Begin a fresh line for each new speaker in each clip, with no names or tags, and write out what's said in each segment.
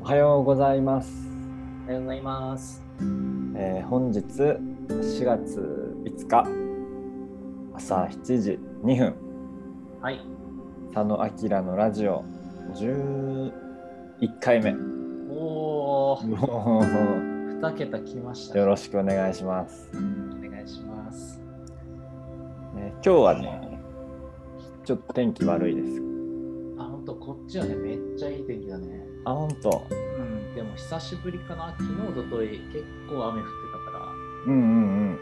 おはようございます。
おはようございます。
えー本日4月5日朝7時2分
はい。
佐野明のラジオ11回目
おお、
もう
二桁来ました。
よ
お
ろしくお願いします。
願いします。
ね今日はねちょっと天気悪いです。
あ、ほんと、こっちはね、めっちゃいい天気だね。
あ本当。
うん、でも久しぶりかな。昨日、おととい、結構雨降ってたか
うんうん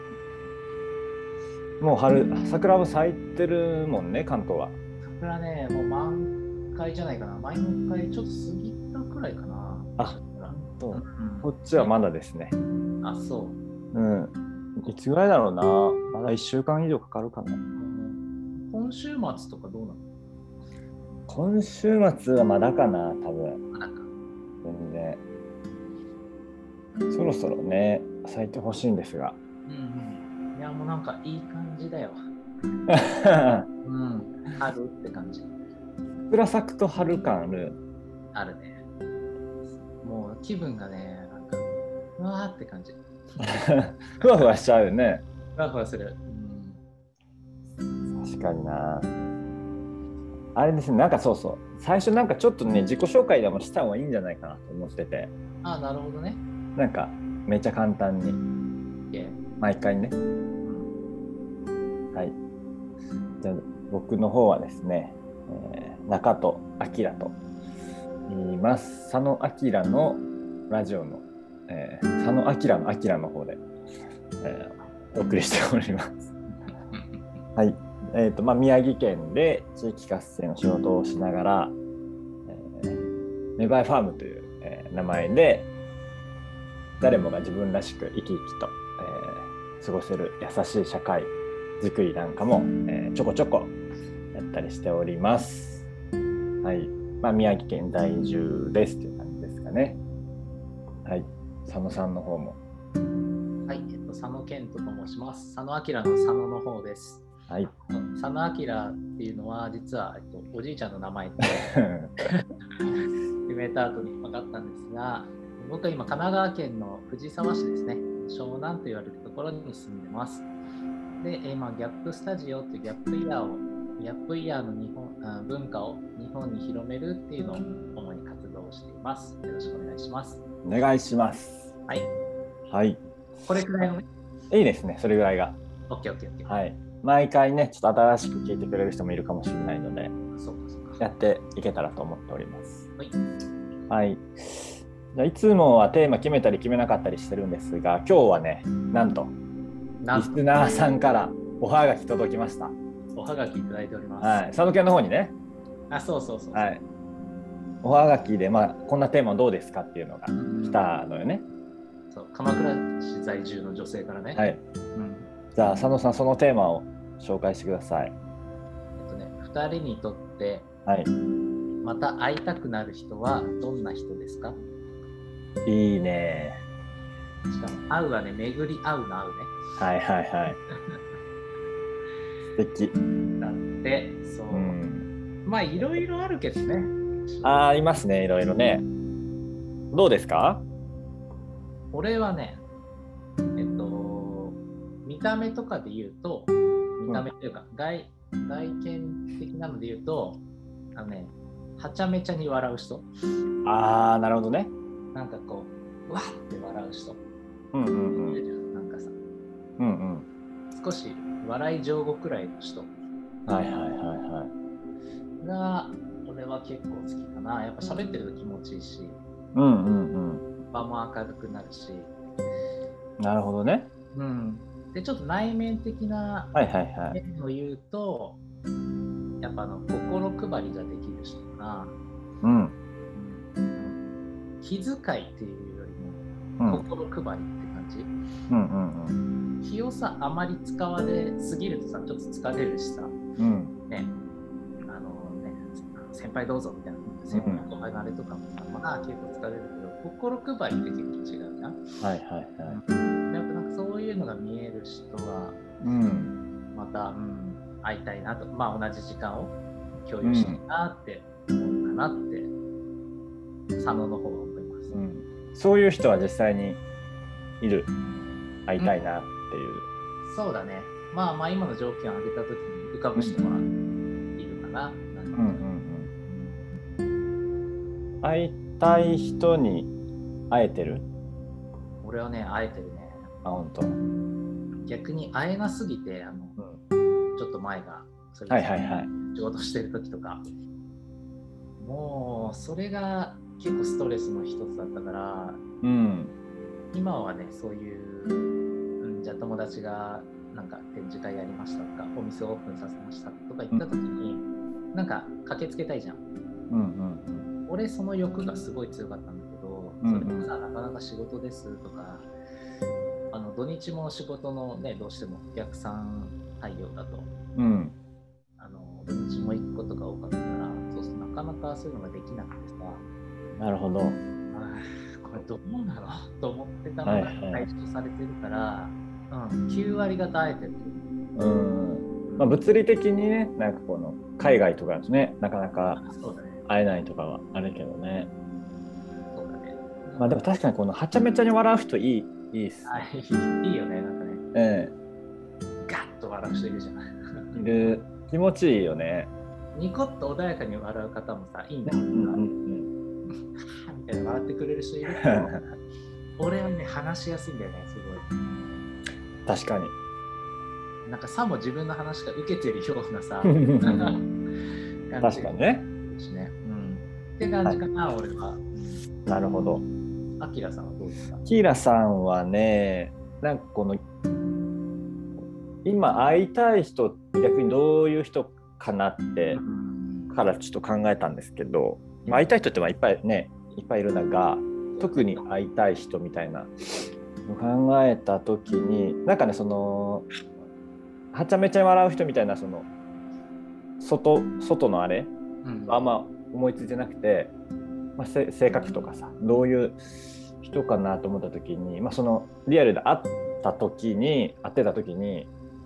うん。もう春桜も咲いてるもんね関東は。
ら、桜ね、もう満開じゃないかな。満開ちょっと過ぎたくらいかな。
あ
う
と
ん、
こっちはまだですね。
あ、そう。
うん。いつぐらいだろうな。まだ1週間以上かかるかな。
うん今週末とかどうなの
今週末はまだかな、多分。
あなんか
全然。そろそろね、咲いてほしいんですが。
うんうん。いや、もうなんかいい感じだよ。うん。春って感じ。
桜咲くと春感ある。
あるね。もう気分がね、なんか、うわーって感じ。
ふわふわしちゃうよね。
ふわふわする。うん、
確かにな。あれですね、なんかそうそう。最初なんかちょっとね、自己紹介でもした方がいいんじゃないかなと思ってて。
あなるほどね。
なんか、めっちゃ簡単に。
OK
毎回ね。
うん
はい。じゃあ僕の方はですね、えー中戸明と言います。佐野明のラジオの、えー佐野明の明の方で、えーお送りしております。はい。えっ、と、まあ、宮城県で地域活性の仕事をしながら、えー、芽生えファームという、えー名前で、誰もが自分らしく生き生きと、えー過ごせる優しい社会作りなんかも、えーちょこちょこやったりしております。はい。まあ、宮城県在住ですという感じですかね。はい。佐野さんの方も。
はい、えっと、佐野健人と申します。佐野明の佐野の方です。
はい。
佐野明っていうのは、実は、えっと、おじいちゃんの名前って決めた後に分かったんですが、僕は今、神奈川県の藤沢市ですね、湘南と言われるところに住んでます。で、えーまあ、ギャップスタジオというギャップイヤーを、ギャップイヤーの日本あ文化を日本に広めるっていうのを主に活動をしています。よろしくお願いします。
お願いします。
はい。
はい。
これくらいのね、
いいですね。それぐらいが。
OKOKOK。
はい。毎回ね、ちょっと新しく聞いてくれる人もいるかもしれないので、
そうかそう
や
か。
っていけたらと思っております。
はい。
はい。じゃあいつもはテーマ決めたり決めなかったりしてるんですが、今日はね、なんと、
な
リ
ん
ス
と
ナーさんからおはがき届きました。
おはがきいただいております。
はい、佐野県の方にね、
あ、そうそうそう。
はい、おはがきで、まあ、こんなテーマどうですかっていうのが
来
来。たのよね。
そう、鎌倉市在住の女性からね。
はい、
うん
じゃあ佐野さん、そのテーマを紹介してください。
えっとね、2人にとって
はい、
また会いたくなる人はどんな人ですか
いいね。
しかも会うはね巡り合うの
は
会
いはい はい。素敵。
うねだってそう、
うん、
まあいろいろあるけどね
あーいますね、いろいろね。どうですか
俺はねえっと見た目とかで言うと見た目というか、外外見的なので言うとあのねはちゃめちゃに笑う人
ああ、なるほどね。
なんかこううわって笑う人、
うんうん
いうる
ん。
じゃんなんかさ
うん
少し笑い上手くらいの人
うん。はいはいはいはい。
が俺は結構好きかなやっぱ喋ってると気持ちいいし
うんうんうん。
場も明るくなるし、
なるほどね。
うん、でちょっと内面的な
はいはいはい。
面を言うと、やっぱあの心配りができる人かな、
うん。
うん、気遣いっていうより
うんう
も
ん
心配りって感じ、
うんうん。
気をさあまり使われすぎるとさちょっと疲れるしさ
うん
ねあのね先輩どうぞみたいな先輩後輩のあれとかもさ、まあ結構疲れるけど心配りって結構違うじゃん
はいはいはい。
やっぱなんかそういうのが見える人は
うん。
また、うん、会いたいなと、まあ、同じ時間を共有したいなって思うかなって、佐野の方は思います。
うん、そういう人は実際にいる会いたいなっていう、
そうだね。まあまあ今の条件を挙げた時に浮かぶ人はいるかな。な
うん
んか
うんうん、会いたい人に会えてる
俺はね、会えてるね。
あ本当、
逆に会えなすぎて、あのちょっと前が、それこ
は
そ
いはいはい
仕事してる時とか、もうそれが結構ストレスの一つだったから、
うん
今はね、そういう、うん、じゃあ友達がなんか展示会やりましたとか、お店オープンさせましたとか言った時に、なんか駆けつけたいじゃん。
うんうん
俺その欲がすごい強かったんだけど、
うん
それもさなかなか仕事ですとかあの土日も仕事のねどうしてもお客さん対応だと
うんうん
あの土日も行くことが多かったからそうするとなかなかそういうのができなくてさ
なるほど
あーこれどうなのと思ってたの
は
が
いはい
解消されてるから、うん、9割方会えてる、
うん、
うん
まあ、物理的にねなんかこの海外とかだとねなかなか
そうだね
会えないとかはあるけどね
そうだね
まあでも確かにこのはちゃめちゃに笑う人いいいいっす、
はいいいよねなんかね
え
ガッと笑う人いるじゃない
えいる気持ちいいよね
ニコッと穏やかに笑う方もさいいんだ
う
よ
ん
な、
うん
みたいな笑ってくれる人いる け
う
ど
ん
俺はね話しやすいんだよねすご
確 かに
いなんかさも自分の話が受けてるようなさ 感じ
確かにね
ですね、うん、って感じかな、俺は
なるほど
あきらさんはどうですか
キーラさんはねなんかこの今会いたい人って逆にどういう人かなってからちょっと考えたんですけど、まあ、会いたい人ってまあいっぱいねいっぱいいる中が特に会いたい人みたいなの考えた時になんかねそのはちゃめちゃに笑う人みたいなその外外のあれ
うん
あんま思いついてなくて、まあ、せ性格とかさどういう人かなと思った時に、まあ、そのリアルで会った時に会ってた時に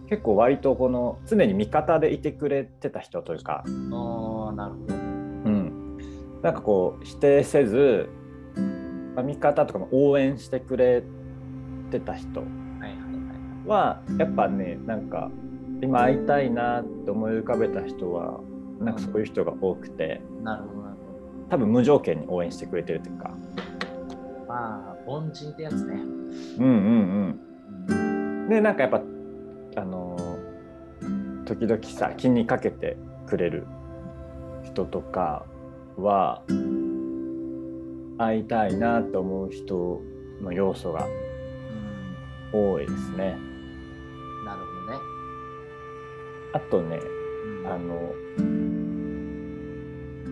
結構割とこの常に味方でいてくれてた人というか、
あーなるほど
うん、なんかこう否定せず、まあ、味方とかも応援してくれてた人
はいはいは
は
い
やっぱねなんか今会いたいなって思い浮かべた人はなんかそういう人が多くて
なるほどなるほ
多分無条件に応援してくれてるというか。
どまあ凡人ってやつね、
うんうん
うん
うん、でなんかやっぱあのー時々さ気にかけてくれる人とかは会いたいなと思う人の要素が多いですね。
なるほどね、
あとね
うん
あの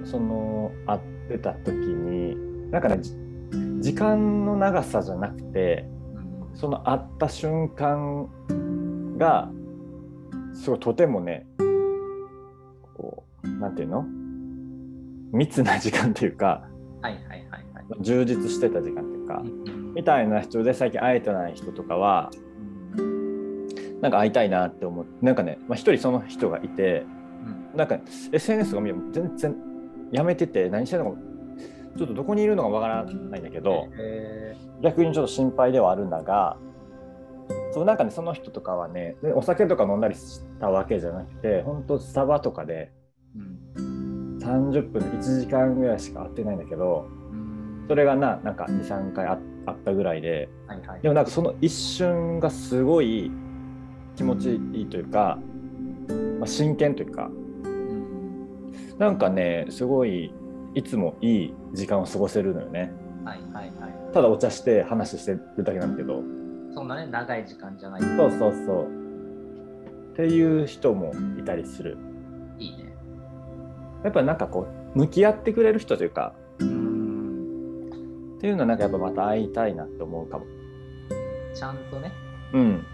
その会ってた時になんかねじ時間の長さじゃなくて
うん
その会った瞬間がすごいとてもねこうなんていうの密な時間というか
はいはいはいはい
充実してた時間というか、
うん
みたいな人で最近会えてない人とかはなんか会いたいなって思ってなんかねまあ、一人その人がいて
うん
なんか SNS が見る全然やめてて何してるのかちょっとどこにいるのかわからないんだけど。
え
逆にちょっと心配ではあるんだがそうなんかねその人とかはねでお酒とか飲んだりしたわけじゃなくて本当スタバとかで
ーうん
30分1時間ぐらいしか会ってないんだけど
うん
それがななんか23回ああったぐらいで
はいはい
でもなんかその一瞬がすごい気持ちいいというか、まあ、真剣というか
うん
なんかねすごいいつもいい時間を過ごせるのよね
はいはいはい。
ただお茶して話してるだけなんだけど。
そんなね、長い時間じゃない。い
そうそうそう。っていう人もいたりする。
いね。
やっぱなんかこう向き合ってくれる人というか
うん。
っていうのはなんかやっぱまた会いたいなって思うかも。
ちゃんとね。
うん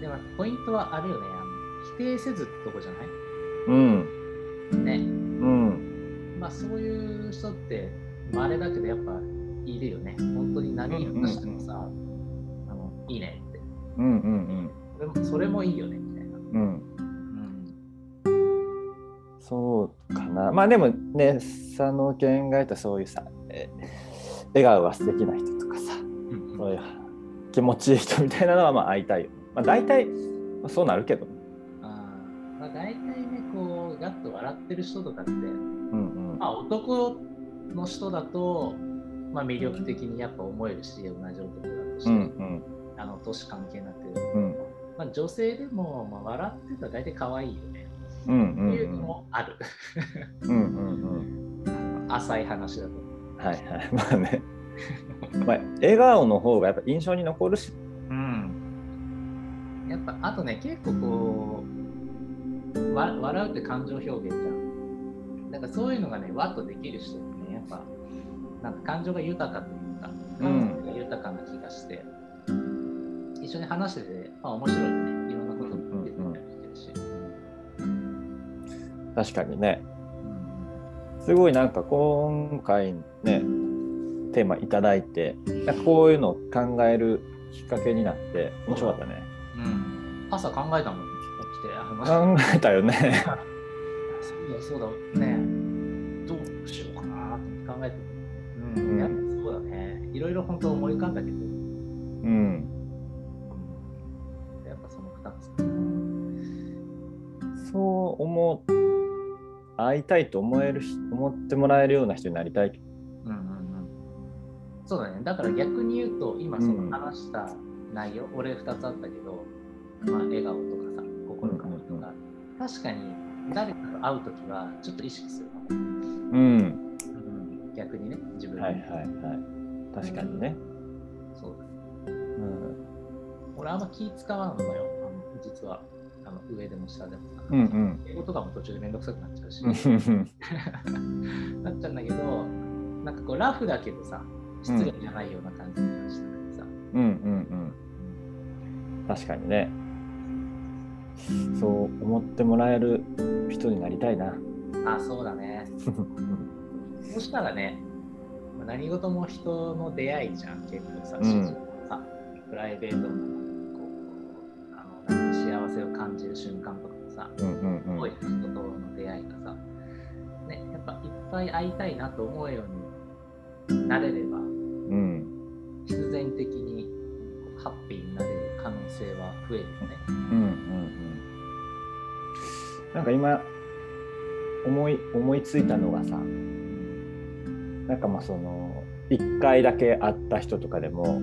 でも、ポイントはあるよね。あの否定せずってとこじゃ
うん
ないね。
うん
まあ、そういう人って、稀だけど、やっぱ、いるよね。本当に何をしてもさ、あの、いいねって。
うんうん
それもそれもいいよね、みたいな。
うんうん。
うん。
そうかな。まあでもね佐野健が言ったそういうさえ笑顔が素敵な人とかさ
うん
そういう気持ちいい人みたいなのはまあ会いたいよ、まあ、大体まあそうなるけど
あーまあ、大体ね、こう、ガッと笑ってる人とかって、
うんうん
まあ、男の人だと、まあ、魅力的にやっぱ思えるし、同じ男だとし
う
て、
んうん
あの、年関係なく。
うん
まあ、女性でも、まあ、笑ってたら大体可愛いよね。
うんう
っ
ん
ていうのもある。
うんうんうん
浅い話だと。
はいはい まあねまあ笑顔の方がやっぱ印象に残るし
うん。やっぱ、あとね、結構こう、わ笑うって感情表現じゃん。なんかそういうのがね、わっとできる人ってね、やっぱ、なんか感情が豊かというか、感情が豊かな気がして、一緒に話してて、まあ面白いよね。いろんなことに出てたりしてるし。
確かにねすごいなんか今回ねテーマいただいてなんかこういうのを考えるきっかけになって面白かったね
うん。朝考えたもん、起きて。あの
考えたよね
そうだそうだねどうしようかなって考えてう
うん
ん、やっぱそうだねいろいろ本当思い浮かんだけど、
うん
やっぱその2つかな
そう思う会いたいと思える人思ってもらえるような人になりたい
うんうんうんそうだねだから逆に言うと今その話した内容、俺2つあったけど、まあ、笑顔とかさ心変わりとか、確かに誰かと会う時はちょっと意識するかも、
うん
うん、逆にね自分に
はいはいはい確かにね、
そうだね
うん、
俺あんま気使わんのよあの実はあの上でも下でもさ、
うんうん
英語とかも途中でめんどくさくなっちゃうし、
うんうん
なっちゃうんだけどなんかこうラフだけどさ失礼じゃないような感じに話したりさ、
うんうん確かにねそう思ってもらえる人になりたいな
あそうだねそしたらねまあ何事も人の出会いじゃん結構さ、
うん
仕事もさプライベートもこうあのなんか幸せを感じる瞬間とかもさ
うんうんうん
多い人との出会いがさ、ね、やっぱいっぱい会いたいなと思うようになれれば
うん
必然的にこうハッピーになれる可能性は増えるよね。
うんうんうんなんか今思い思いついたのがさなんかまあその1回だけ会った人とかでも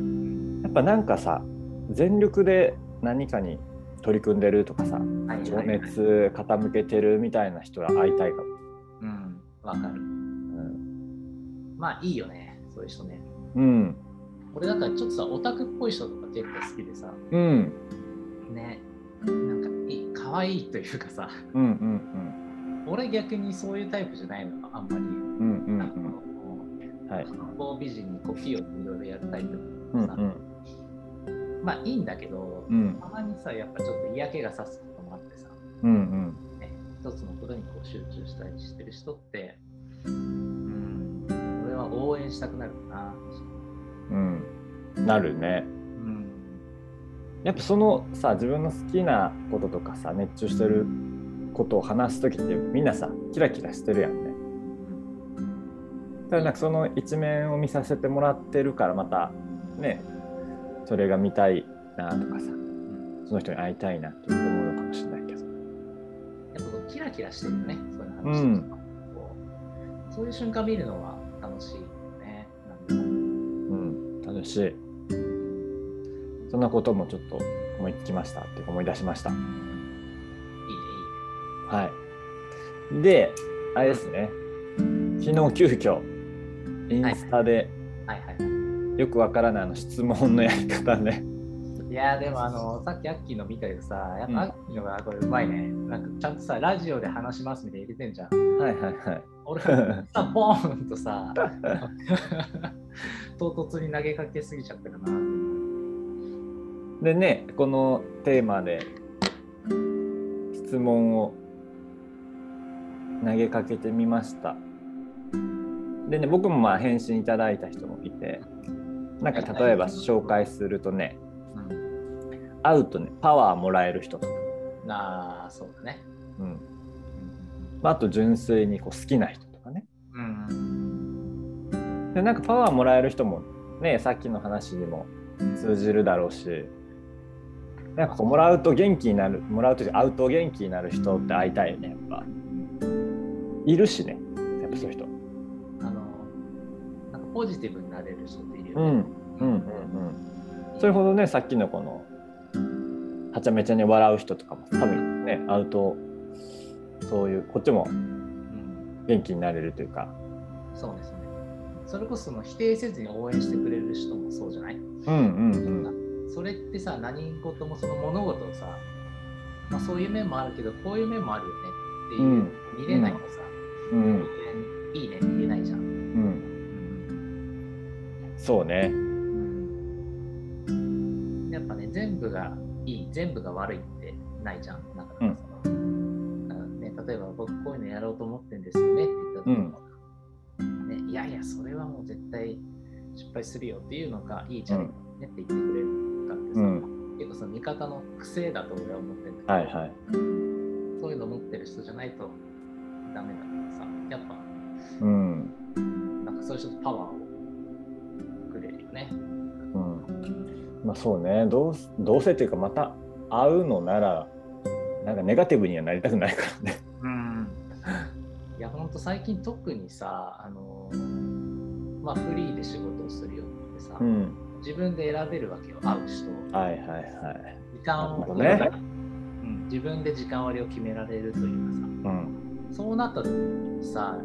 やっぱなんかさ全力で何かに取り組んでるとかさ
はい
情
はいはい
熱傾けてるみたいな人は会いたいかも、
うん、わかる。
うん
まあいいよね、そういう人ね。
うん
俺だからちょっとさ、オタクっぽい人とか結構好きでさ、
うん
ね、なんかいい可愛いというかさ、
うんうん
俺逆にそういうタイプじゃないのあんまり。
うんうんうん
なんかこ
うんはいう
観光美人にこう器用にいろいろやるタイプ
うん
だからさ、まあいいんだけど
う、ん
たまにさ、やっぱちょっと嫌気がさすこともあってさ、
うんうん
ね、一つのことにこう集中したりしてる人って、うん、俺は応援したくなるな。
うんなるね
うん
やっぱそのさ自分の好きなこととかさ熱中してることを話す時ってみんなさキラキラしてるやんねただなんかその一面を見させてもらってるからまたねそれが見たいなとかさその人に会いたいなって思うのかもしれないけど
やっぱこうキラキラしてるよね、そういう話とか、
うん
こうそういう瞬間見るのは楽しいよね。なんか
うん楽しいそんなこともちょっと思いつきましたっていうか思い出しました
い
はい。で、あれですね、昨日急遽インスタで
いね、いいね。はいはいは
よくわからないあの質問のやり方ね。
い。いやーでもあのさっきアッキーの見たけどさ、やっ
うん
ぱアッキーのがこれうまいね。なんかちゃんとさ、ラジオで話しますみたいに入れてんじゃん。
はいはいはい。
俺は さ、ボーンとさ、 唐突に投げかけすぎちゃったかな。
でね、このテーマで質問を投げかけてみました。でね、僕もまあ返信いただいた人もいて、なんか例えば紹介するとね、
うん、
会うとね、パワーもらえる人とか、
ああ、そうだね。
うんまあ、あと純粋にこう好きな人とかね。
うん。うん
なんでなんかパワーもらえる人もねさっきの話にも通じるだろうしなんかこうもらうと元気になるもらうというか会うと元気になる人って会いたいよねやっぱいるしねやっぱそういう人
あのなんかポジティブになれる人っているよ
う
ね
んうんうんうんそれほどねさっきのこのはちゃめちゃに笑う人とかも多分ね会うとそういうこっちも
うん
元気になれるというか
そうですねそれこそその否定せずに応援してくれる人もそうじゃない
うんうんうん
それってさ何事もその物事をさ、まあ、そういう面もあるけどこういう面もあるよねって
う
いう、
ん
見れないとさ、
うん
いいねって言えないじゃん、
うんそうね
やっぱね全部がいい全部が悪いってないじゃんなかなかさ、うんね、例えば僕こういうのやろうと思ってんですよねって言った時も、ね、いやいやそれはもう絶対失敗するよっていうのかいいじゃんねって言ってくれるのかってさ、
うん
結構その味方の癖だと俺は思ってるんだけど、
はいはい
そういうの持ってる人じゃないとダメだからさやっぱ
うん
なんかそういう人とパワーをくれるよね。
うんまあそうねどうすどうせっていうかまた会うのならなんかネガティブにはなりたくないからね。
うん、いやほんと最近特にさあのーまあフリーで仕事をするようになってさ、
ん、
自分で選べるわけよ会う人
はいはいはい。
時間
なる
を、
ほどね
うん、自分で時間割を決められるとい
う
うか
ん、
さそうなった時にさ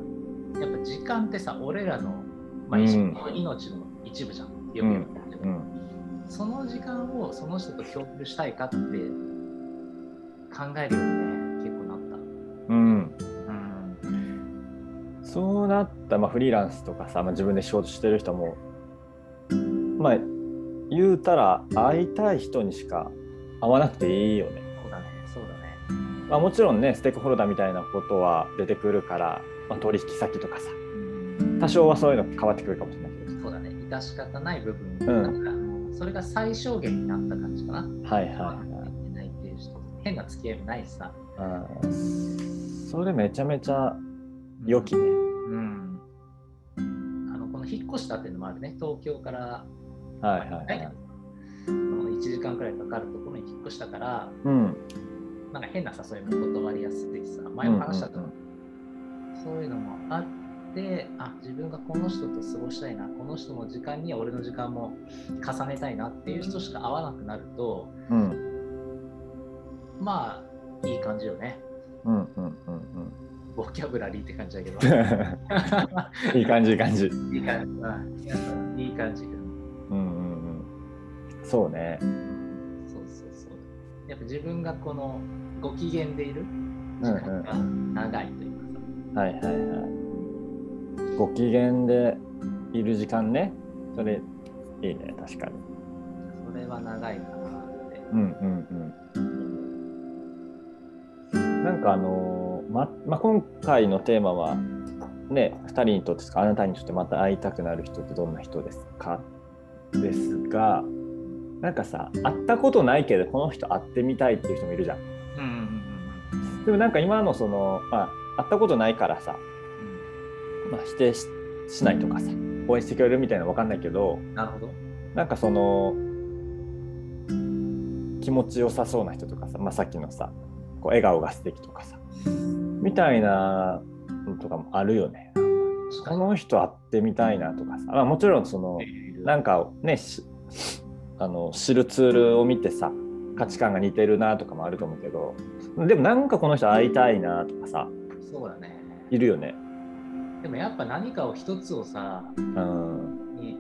やっぱ時間ってさ俺らの、まあ、
うん
一部命の一部じゃん、よく言うけど
うん、
その時間をその人と共有したいかって考えるようにね結構なった。
うん。
うん
そうなった、まあ、フリーランスとかさ、まあ、自分で仕事してる人も、まあ、言うたら会いたい人にしか会わなくていいよね。
そうだね、そうだね。
まあ、もちろんねステークホルダーみたいなことは出てくるから、まあ、取引先とかさ多少はそういうの変わってくるかもしれないけど。
そうだね、致し方ない部分、
う
なんかそれが最小限になった感じかな。
はいはい
ま
はい
あ。いけないっていう人、変な付き合いもないしさ。
あーそれめちゃめちゃ良きね。
うん。あのこの引っ越したっていうのもあるね、東京から、
はいはいはい。
1時間くらいかかるところに引っ越したから、
うん。
なんか変な誘いも断りやすいしさ、前も話したと思う、そういうのもあって、あ自分がこの人と過ごしたいな、この人の時間には俺の時間も重ねたいなっていう人しか会わなくなると、
うんうん
まあいい感じよね。
うんうんうん
ボキャブラリーって感じだけ ど。
うん。いい感じいい感じ。
いい感じ。うんいい感じ。
うんうんうん。そうね。
そうそうそう。やっぱ自分がこのご機嫌でいる
うんう
時
ん
間が長いというかさ。
はいはいはい。ご機嫌でいる時間ね。それいいね確かに。
それは長いかなって。
うんうんうん。なんかあのーままあ、今回のテーマはね2人にとってですかあなたにとってまた会いたくなる人ってどんな人ですかですがなんかさ会ったことないけどこの人会ってみたいっていう人もいるじゃん
うんうん
でもなんか今のその、まあ、会ったことないからさ、まあ、否定ししないとかさ応援してくれるみたいなの分かんないけど
うん。なるほど。
なんかその気持ちよさそうな人とかさ、まあ、さっきのさこう笑顔が素敵とかさみたいなのとかもあるよね。この人会ってみたいなとかさ、まあ、もちろんそのなんかをねしあの知るツールを見てさ価値観が似てるなとかもあると思うけどでもなんかこの人会いたいなとかさ
そうだね。
いるよね。
でもやっぱ何かを一つをさ、
うん
に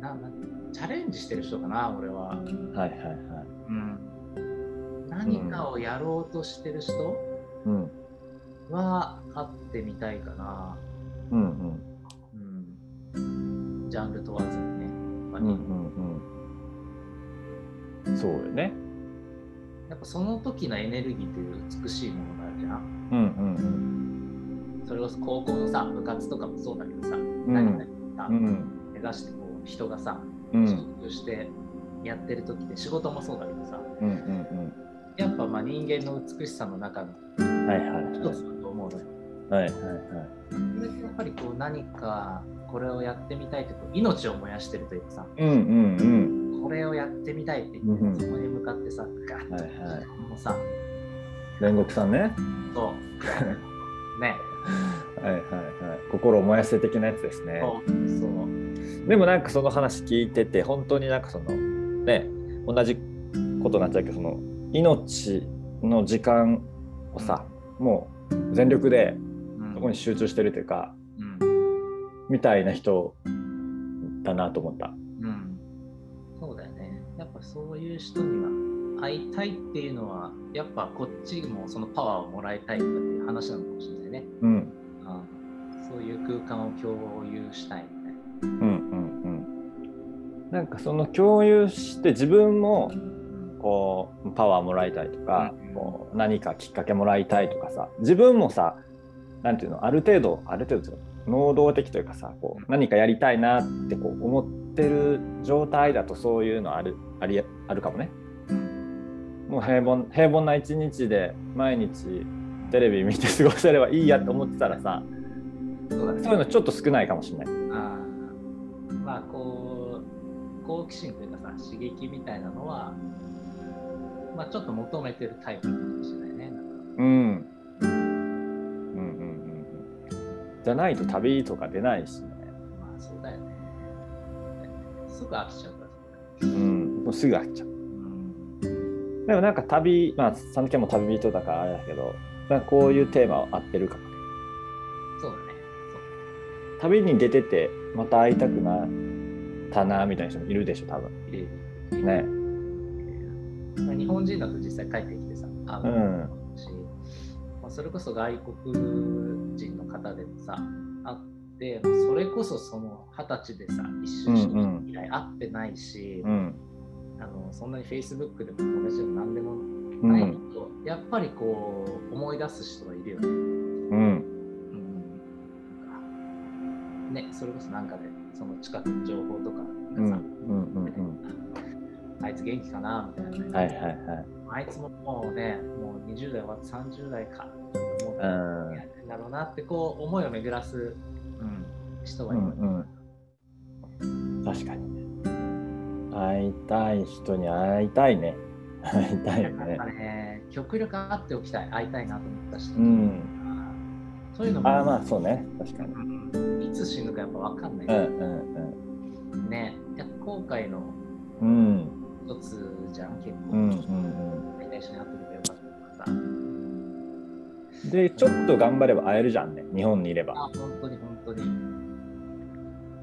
ななチャレンジしてる人かな、俺は。
はいはいはい。
何かをやろうとしてる人
うん
は会ってみたいかな、
うんうん
うん、ジャンル問わずにね、やっぱ
うん
り
うんうん。そうよね。
やっぱその時のエネルギーという美しいものがあるじゃん
うんうんうん。
それこそ高校のさ部活とかもそうだけどさ、
ん
何かさ、
うん
目指してこう人がさ
うん
仕事してやってる時で仕事もそうだけどさ
うんうん
やっぱまあ人間の美しさの中の
うんはいはい
一つだと思うのよ、
はいはいは
それってやっぱりこう何かこれをやってみたいというか命を燃やしてるというかさ
い。うんうん
これをやってみたいって
うんうん
そこに向かってさガッと、
はいはい
もうさ
うん。煉獄さんね。
そうね
はいはいはい。心を燃やせ的なやつですね。
そうそう
でもなんかその話聞いてて本当になんかそのね同じことになっちゃうけどその命の時間をさもう全力で
うん
そこに集中してるというか、
うん
みたいな人だなと思った。
うん、そうだよね。やっぱそういう人には会いたいっていうのは、やっぱこっちもそのパワーをもらいたいとかっていう話なのかもしれないね。
うん
うん、そういう空間を共有したい
う
みたいな。
んうんうん。なんかその共有して自分も
うん
こうパワーもらいたいとか、
うん
こう何かきっかけもらいたいとかさ自分もさなんていうのある程度ある程度能動的というかさこ
うん
う何かやりたいなってこう思ってる状態だとそういうのあるありあるかもね。もう平凡平凡な一日で毎日テレビ見て過ごせればいいやって思ってたらさ
そうだね。
そういうのちょっと少ないかもしれない。
あーまあこう、好奇心というかさ、刺激みたいなのは、まあちょっと求めてるタイプかもしれないね。
うん、うんうんうんうんじゃないと旅とか出ないしね。
まあそうだよね。すぐ飽きちゃうからさ。
うん、もうすぐ飽きちゃう。
うん
でもなんか旅、まあ、さぬきも旅人だからあれだけど、なんかこういうテーマは合ってるかもね。
そうだね。そう
旅に出てて、また会いたくなったな、みたいな人もいるでしょ、多分。
入れる
ね。
まあ日本人だと実際帰ってきてさ、会うし、まあ、それこそ外国人の方でもさ、会って、まあ、それこそその二十歳でさ、一
う
緒
んうん
に以来会ってないし、
うん。
あのそんなに Facebook でも友達でも何でも
う
ないけ
ん。
ど、やっぱりこう思い出す人はいるよね。
うん。
うんね、それこそなんかで、その近くの情報とか
う
が
ん。う
さ、
ん。うん。
あいつ元気かなみたいな。
はいはいはい。
あいつももうね、もう20代は30代か、もう
う
や
ん。
ってんだろうなってこう思いを巡らす、うん、人はいます。
うん。うん。確かにね。会いたい人に会いたいね。会いたいよ
なん
ね
か。ね、極力会っておきたい、会いたいなと思った人。
うん。
そういうのも、
ああ、まあそうね。確かに。
うんいつ死ぬかやっぱ分かんない、
う
ね
んうん
ね。やっぱ後悔の
うん。うん。
一つじゃん、結構。
うんうんうん。
最大に会ってればよかったとかさ。うん
でちょっと頑張れば会えるじゃんね日本にいれば
あ、本当に本当に。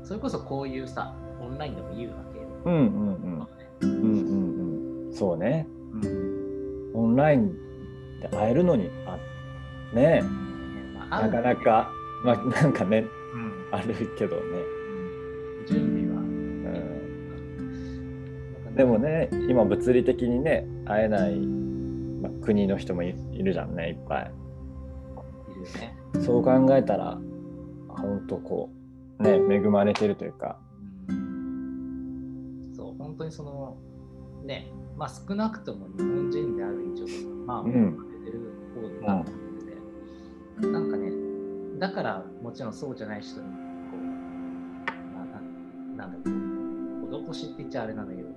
それこそこういうさ、オンラインでも言うわけだ
うんうん
か
うん
らね。
うんうんうんそうね
うん
オンラインで会えるのにあね
まあ
なかなか、まあ、なんかね
うん
あるけどね、
準備は、
うん、
うん
でも、ね今物理的にね会えない、まあ、国の人もいいるじゃんねいっぱい
いるよね
そう考えたら本当こうね恵まれてるというか
うんそう、本当にその、ね、まあ少なくとも日本人である以上、まあ、
うん
恵まれてる方だなって、なんかね、だからもちろんそうじゃない人に、こう、まあ、ななんだろう、こう施しって言っちゃあれなんだけど、こ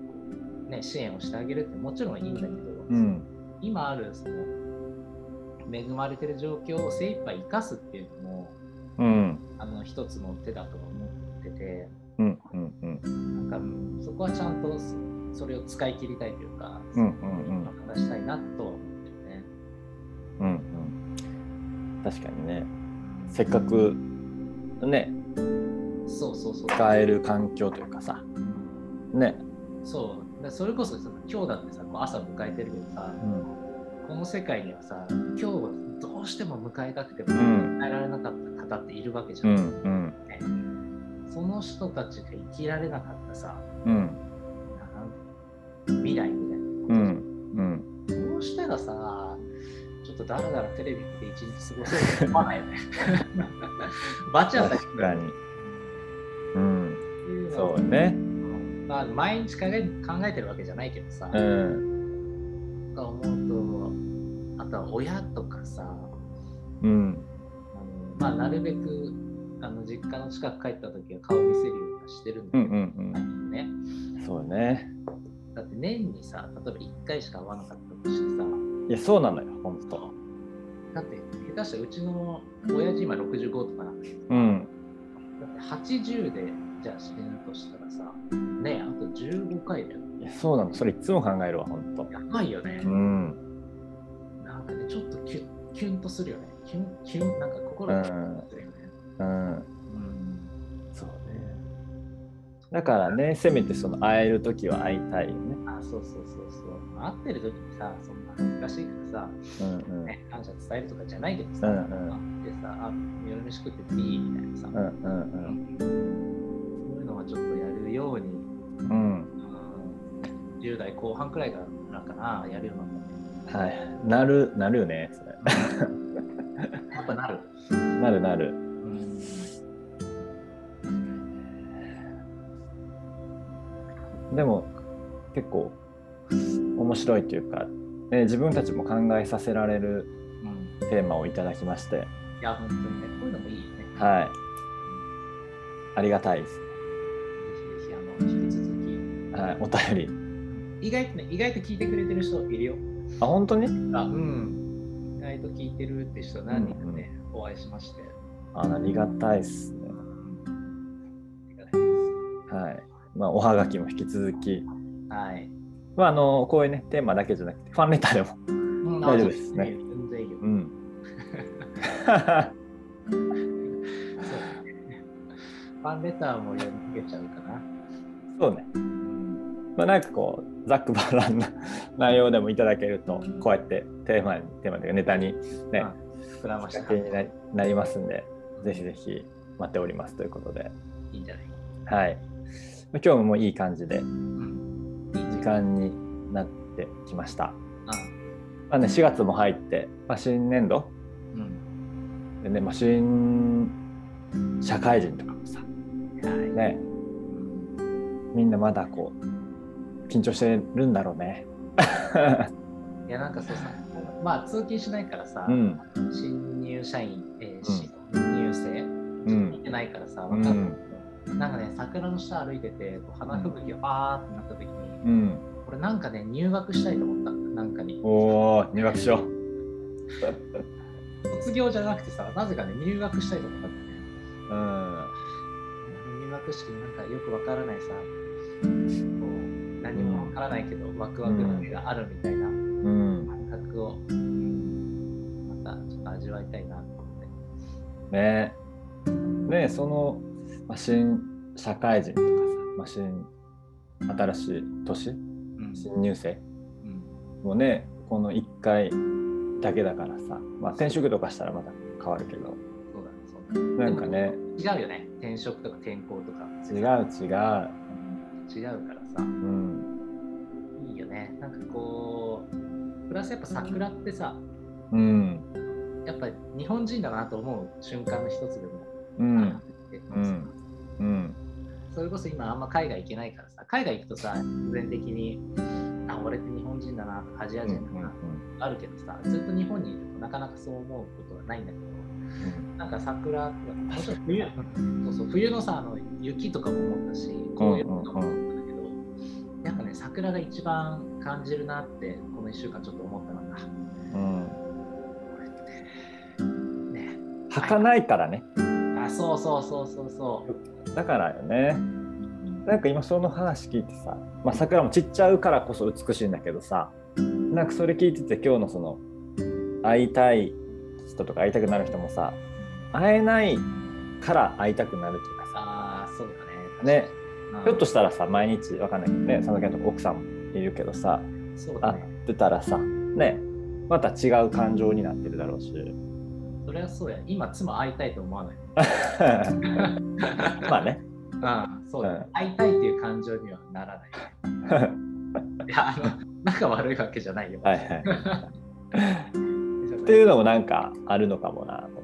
うね、支援をしてあげるってもちろんいいんだけど、
うん
今あるその、恵まれてる状況を精一杯生かすっていうのも、
うん
あの一つの手だと思ってて、
うんうんうん
なんかうんそこはちゃんとそそれを使い切りたいというか、
うんうんうん
話したいなとは思ってるね。
うんうん確かにねせっかくね
そうそうそう。
使える環境というかさね、
そうだそれこそさ今日だってさこう朝迎えてるけどさ
うん、
この世界にはさ今日をどうしても迎えたくても
ん
迎えられなかった方っているわけじゃ、
うんん
その人たちが生きられなかったさ
うんうん
なん未来みたいなことじ
う
ゃん
ん
そうしたらさ、ちょっとだらだらテレビで一日過ごせると思わ ないよね。バチ当たり
確かにうん
っていうの
そ
は
うね
まあ、毎日考え考えてるわけじゃないけどさ、
う
と
ん
か思うと、あとは親とかさ、
うん
あのまあ、なるべくあの実家の近く帰った時は顔見せるようにはしてるんだ
う
け
ん
ど、
うん
最近ね
うん。そうね。
だって年にさ例えば1回しか会わなかったとしてさ
いや、そうなのよ、本当。
だって下手したらうちの親父今65とかなんだけどさ
うん。
だって80でじゃあ死ぬとしたらさねあと15回だよ
いや、そうなの。それいつも考えるわ、本当。
やばいよね、
うん。
なんかねちょっとキュンキュンとするよねキュンキュンなんか心がキュンとするよね、
うん。
うん
そうね。だからね、せめてその会えるときは会いたいよね。
あそうそうそうそう会ってる時にさそんな恥ずかしいからさ
うんうん。
ね、感謝伝えるとかじゃないけどさ、
うん
でさ、あ、夜飯食ってていいみたいなさ、
うんうん
そういうのはちょっとやるように、
うん。うん。
うん、10代後半くらいからかな、やるようになっ
はい。なる、なるよね、それ。
たね。やっぱなる。
なるなる。
うん、
でも、結構、面白いというか、ね、自分たちも考えさせられる
うん、
テーマをいただきまして、
いや、本当にね、こういうのもいいよね。
はい。ありがたいです。
ぜひぜひ、あの、引き続
はい、お便り。
き、意外とね、意外と聞いてくれてる人いるよ。
あ、本当に
あ、うん。意外と聞いてるって人何人かね、お会いしまして。
あありがたいですね。
うんありがたいです
はい。まあ、おはがきも引き続き、
はい。
まあ、あの、こういうね、テーマだけじゃなくて、ファンレターでも。大丈夫ですね
全然いいよ
う。ん。
そうだねファンレターも読み上げちゃうかな。
そうね。まあ、なんかこう、ざっくばらんな内容でもいただけると、こうやってテーマに、テーマというかネタにね、
膨らまし
仕
た。
掛けになりなりますんで、ぜひぜひ待っておりますということで、
いいんじゃない
はい。今日ももういい感じで、
うん。いい
時。間になってきました。
う
まあね、4月も入って、まあ、新年度
ん。
でね、まあ、新社会人とかもさ、
うん。はい。
ね、
うん
みんなまだこう緊張してるんだろうね。
いや、なんかそうさ、まあ、通勤しないからさ、
うん、
新入社員、えー新入生、
うん
見てないからさ、わ
う
かんない
ん、
なんかね、桜の下歩いてて、こう花吹雪がバーってなった時に、
うん、
俺なんかね、入学したいと思った。なんかに。
おお、入学しよう。
卒業じゃなくてさ、なぜかね、入学したいと思ったんだよね。
うん、
入学式のなんかよくわからないさ、こう何もわからないけど、ワクワクの目があるみたいな
うん、
感覚を、またちょっと味わいたいなと思って。
ね、ね、その、まあ、新社会人とかさ、まあ、新新しい年、
うん
新入生
うん
もね、この1回だけだからさ、まあ、転職とかしたらまた変わるけど、
そうだね、そうだ
な
ね。
んかね、
違うよね、転職とか転校とか。
違う違う、
違うからさ、
うん、
いいよね。なんかこう、プラスやっぱ桜ってさ、
うん、
やっぱ日本人だなと思う瞬間の一つでも
うん、
って思う
うん、
それこそ今あんま海外行けないからさ海外行くとさ必然的にあ俺って日本人だなとかアジア
うん、う、
人だなんとかあるけどさずっと日本にいるとなかなかそう思うことはないんだけどなんか桜とかもちろん冬そうそう冬のさあの雪とかも思ったし紅葉とかも思ったんだけど、やっぱね桜が一番感じるなってこの1週間ちょっと思ったのが
うん、うん。
俺ってね
儚いからね
あそうそうそうそうそ
だからよね
う、
なんか今その話聞いてさ、まあ、桜もちっちゃうからこそ美しいんだけどさなんかそれ聞いてて今日のその会いたい人とか会いたくなる人もさ会えないから会いたくなるっていうか
ああそうだね
さね
うん
ひょっとしたらさ毎日わかんないけどね佐野健とか奥さんもいるけどさ
そうだ
会っ
ね
てたらさねまた違う感情になってるだろうし
それはそうや。今、妻会いたいと思わない。
まあね
うん、そうだ、
うん
会いたいっていう感情にはならない。いや、あの、仲悪いわけじゃないよ。
はいはいっていうのもなんかあるのかもなとか
こ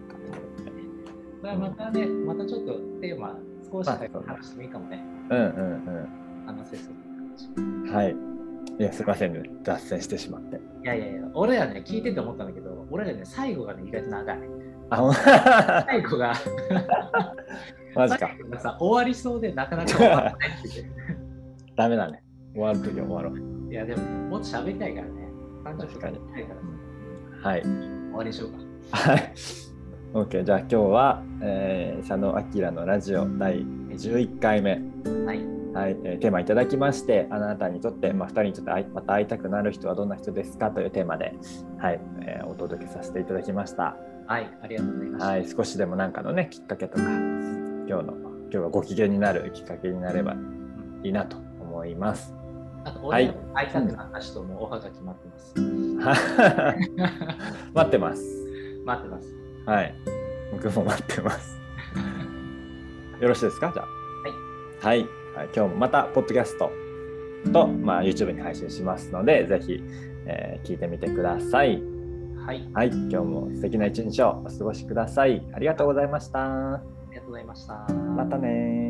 れはまたね、またちょっとテーマ、少しだけ
まあそうだね
話してもいいかもね。
うんうん
話せそうな感じ。
うんはいいやすいませんね脱線してしまって
いやいやいや、俺らね、聞いてて思ったんだけど、俺らね、最後がね、意外と長い。
あ、ほん
最後が、
マジか。
最後がさ、終わりそうでなかなか終わらないって 言って
ダメだね。終わるときは終わろう。
いや、でも、もっと喋りたいからね。30分喋りたいからさ、
はい。
終わりにしようか。
はい。OK。じゃあ今日は、えー、佐野明のラジオ第11回目。
はい。
はい、えーテーマいただきまして、あなたにとって、まあ、2人にとって会いまた会いたくなる人はどんな人ですかというテーマで、はいえーお届けさせていただきました。
はい、ありがとうございました。
はい、少しでもなんかのね、きっかけとか、今日の、今日はご機嫌になるきっかけになればいいなと思います。
あと、
はい
俺、会いたくなった人もオファーが決まってます。
はい 待ってます。
待ってます。
はい。僕も待ってます。よろしいですかじゃあ。はい。はい。今日もまた、ポッドキャストと、まあ、YouTube に配信しますので、ぜひ、えー聞いてみてください。
はい、
はい。今日も素敵な一日をお過ごしください。ありがとうございました。
ありがとうございました。
またねー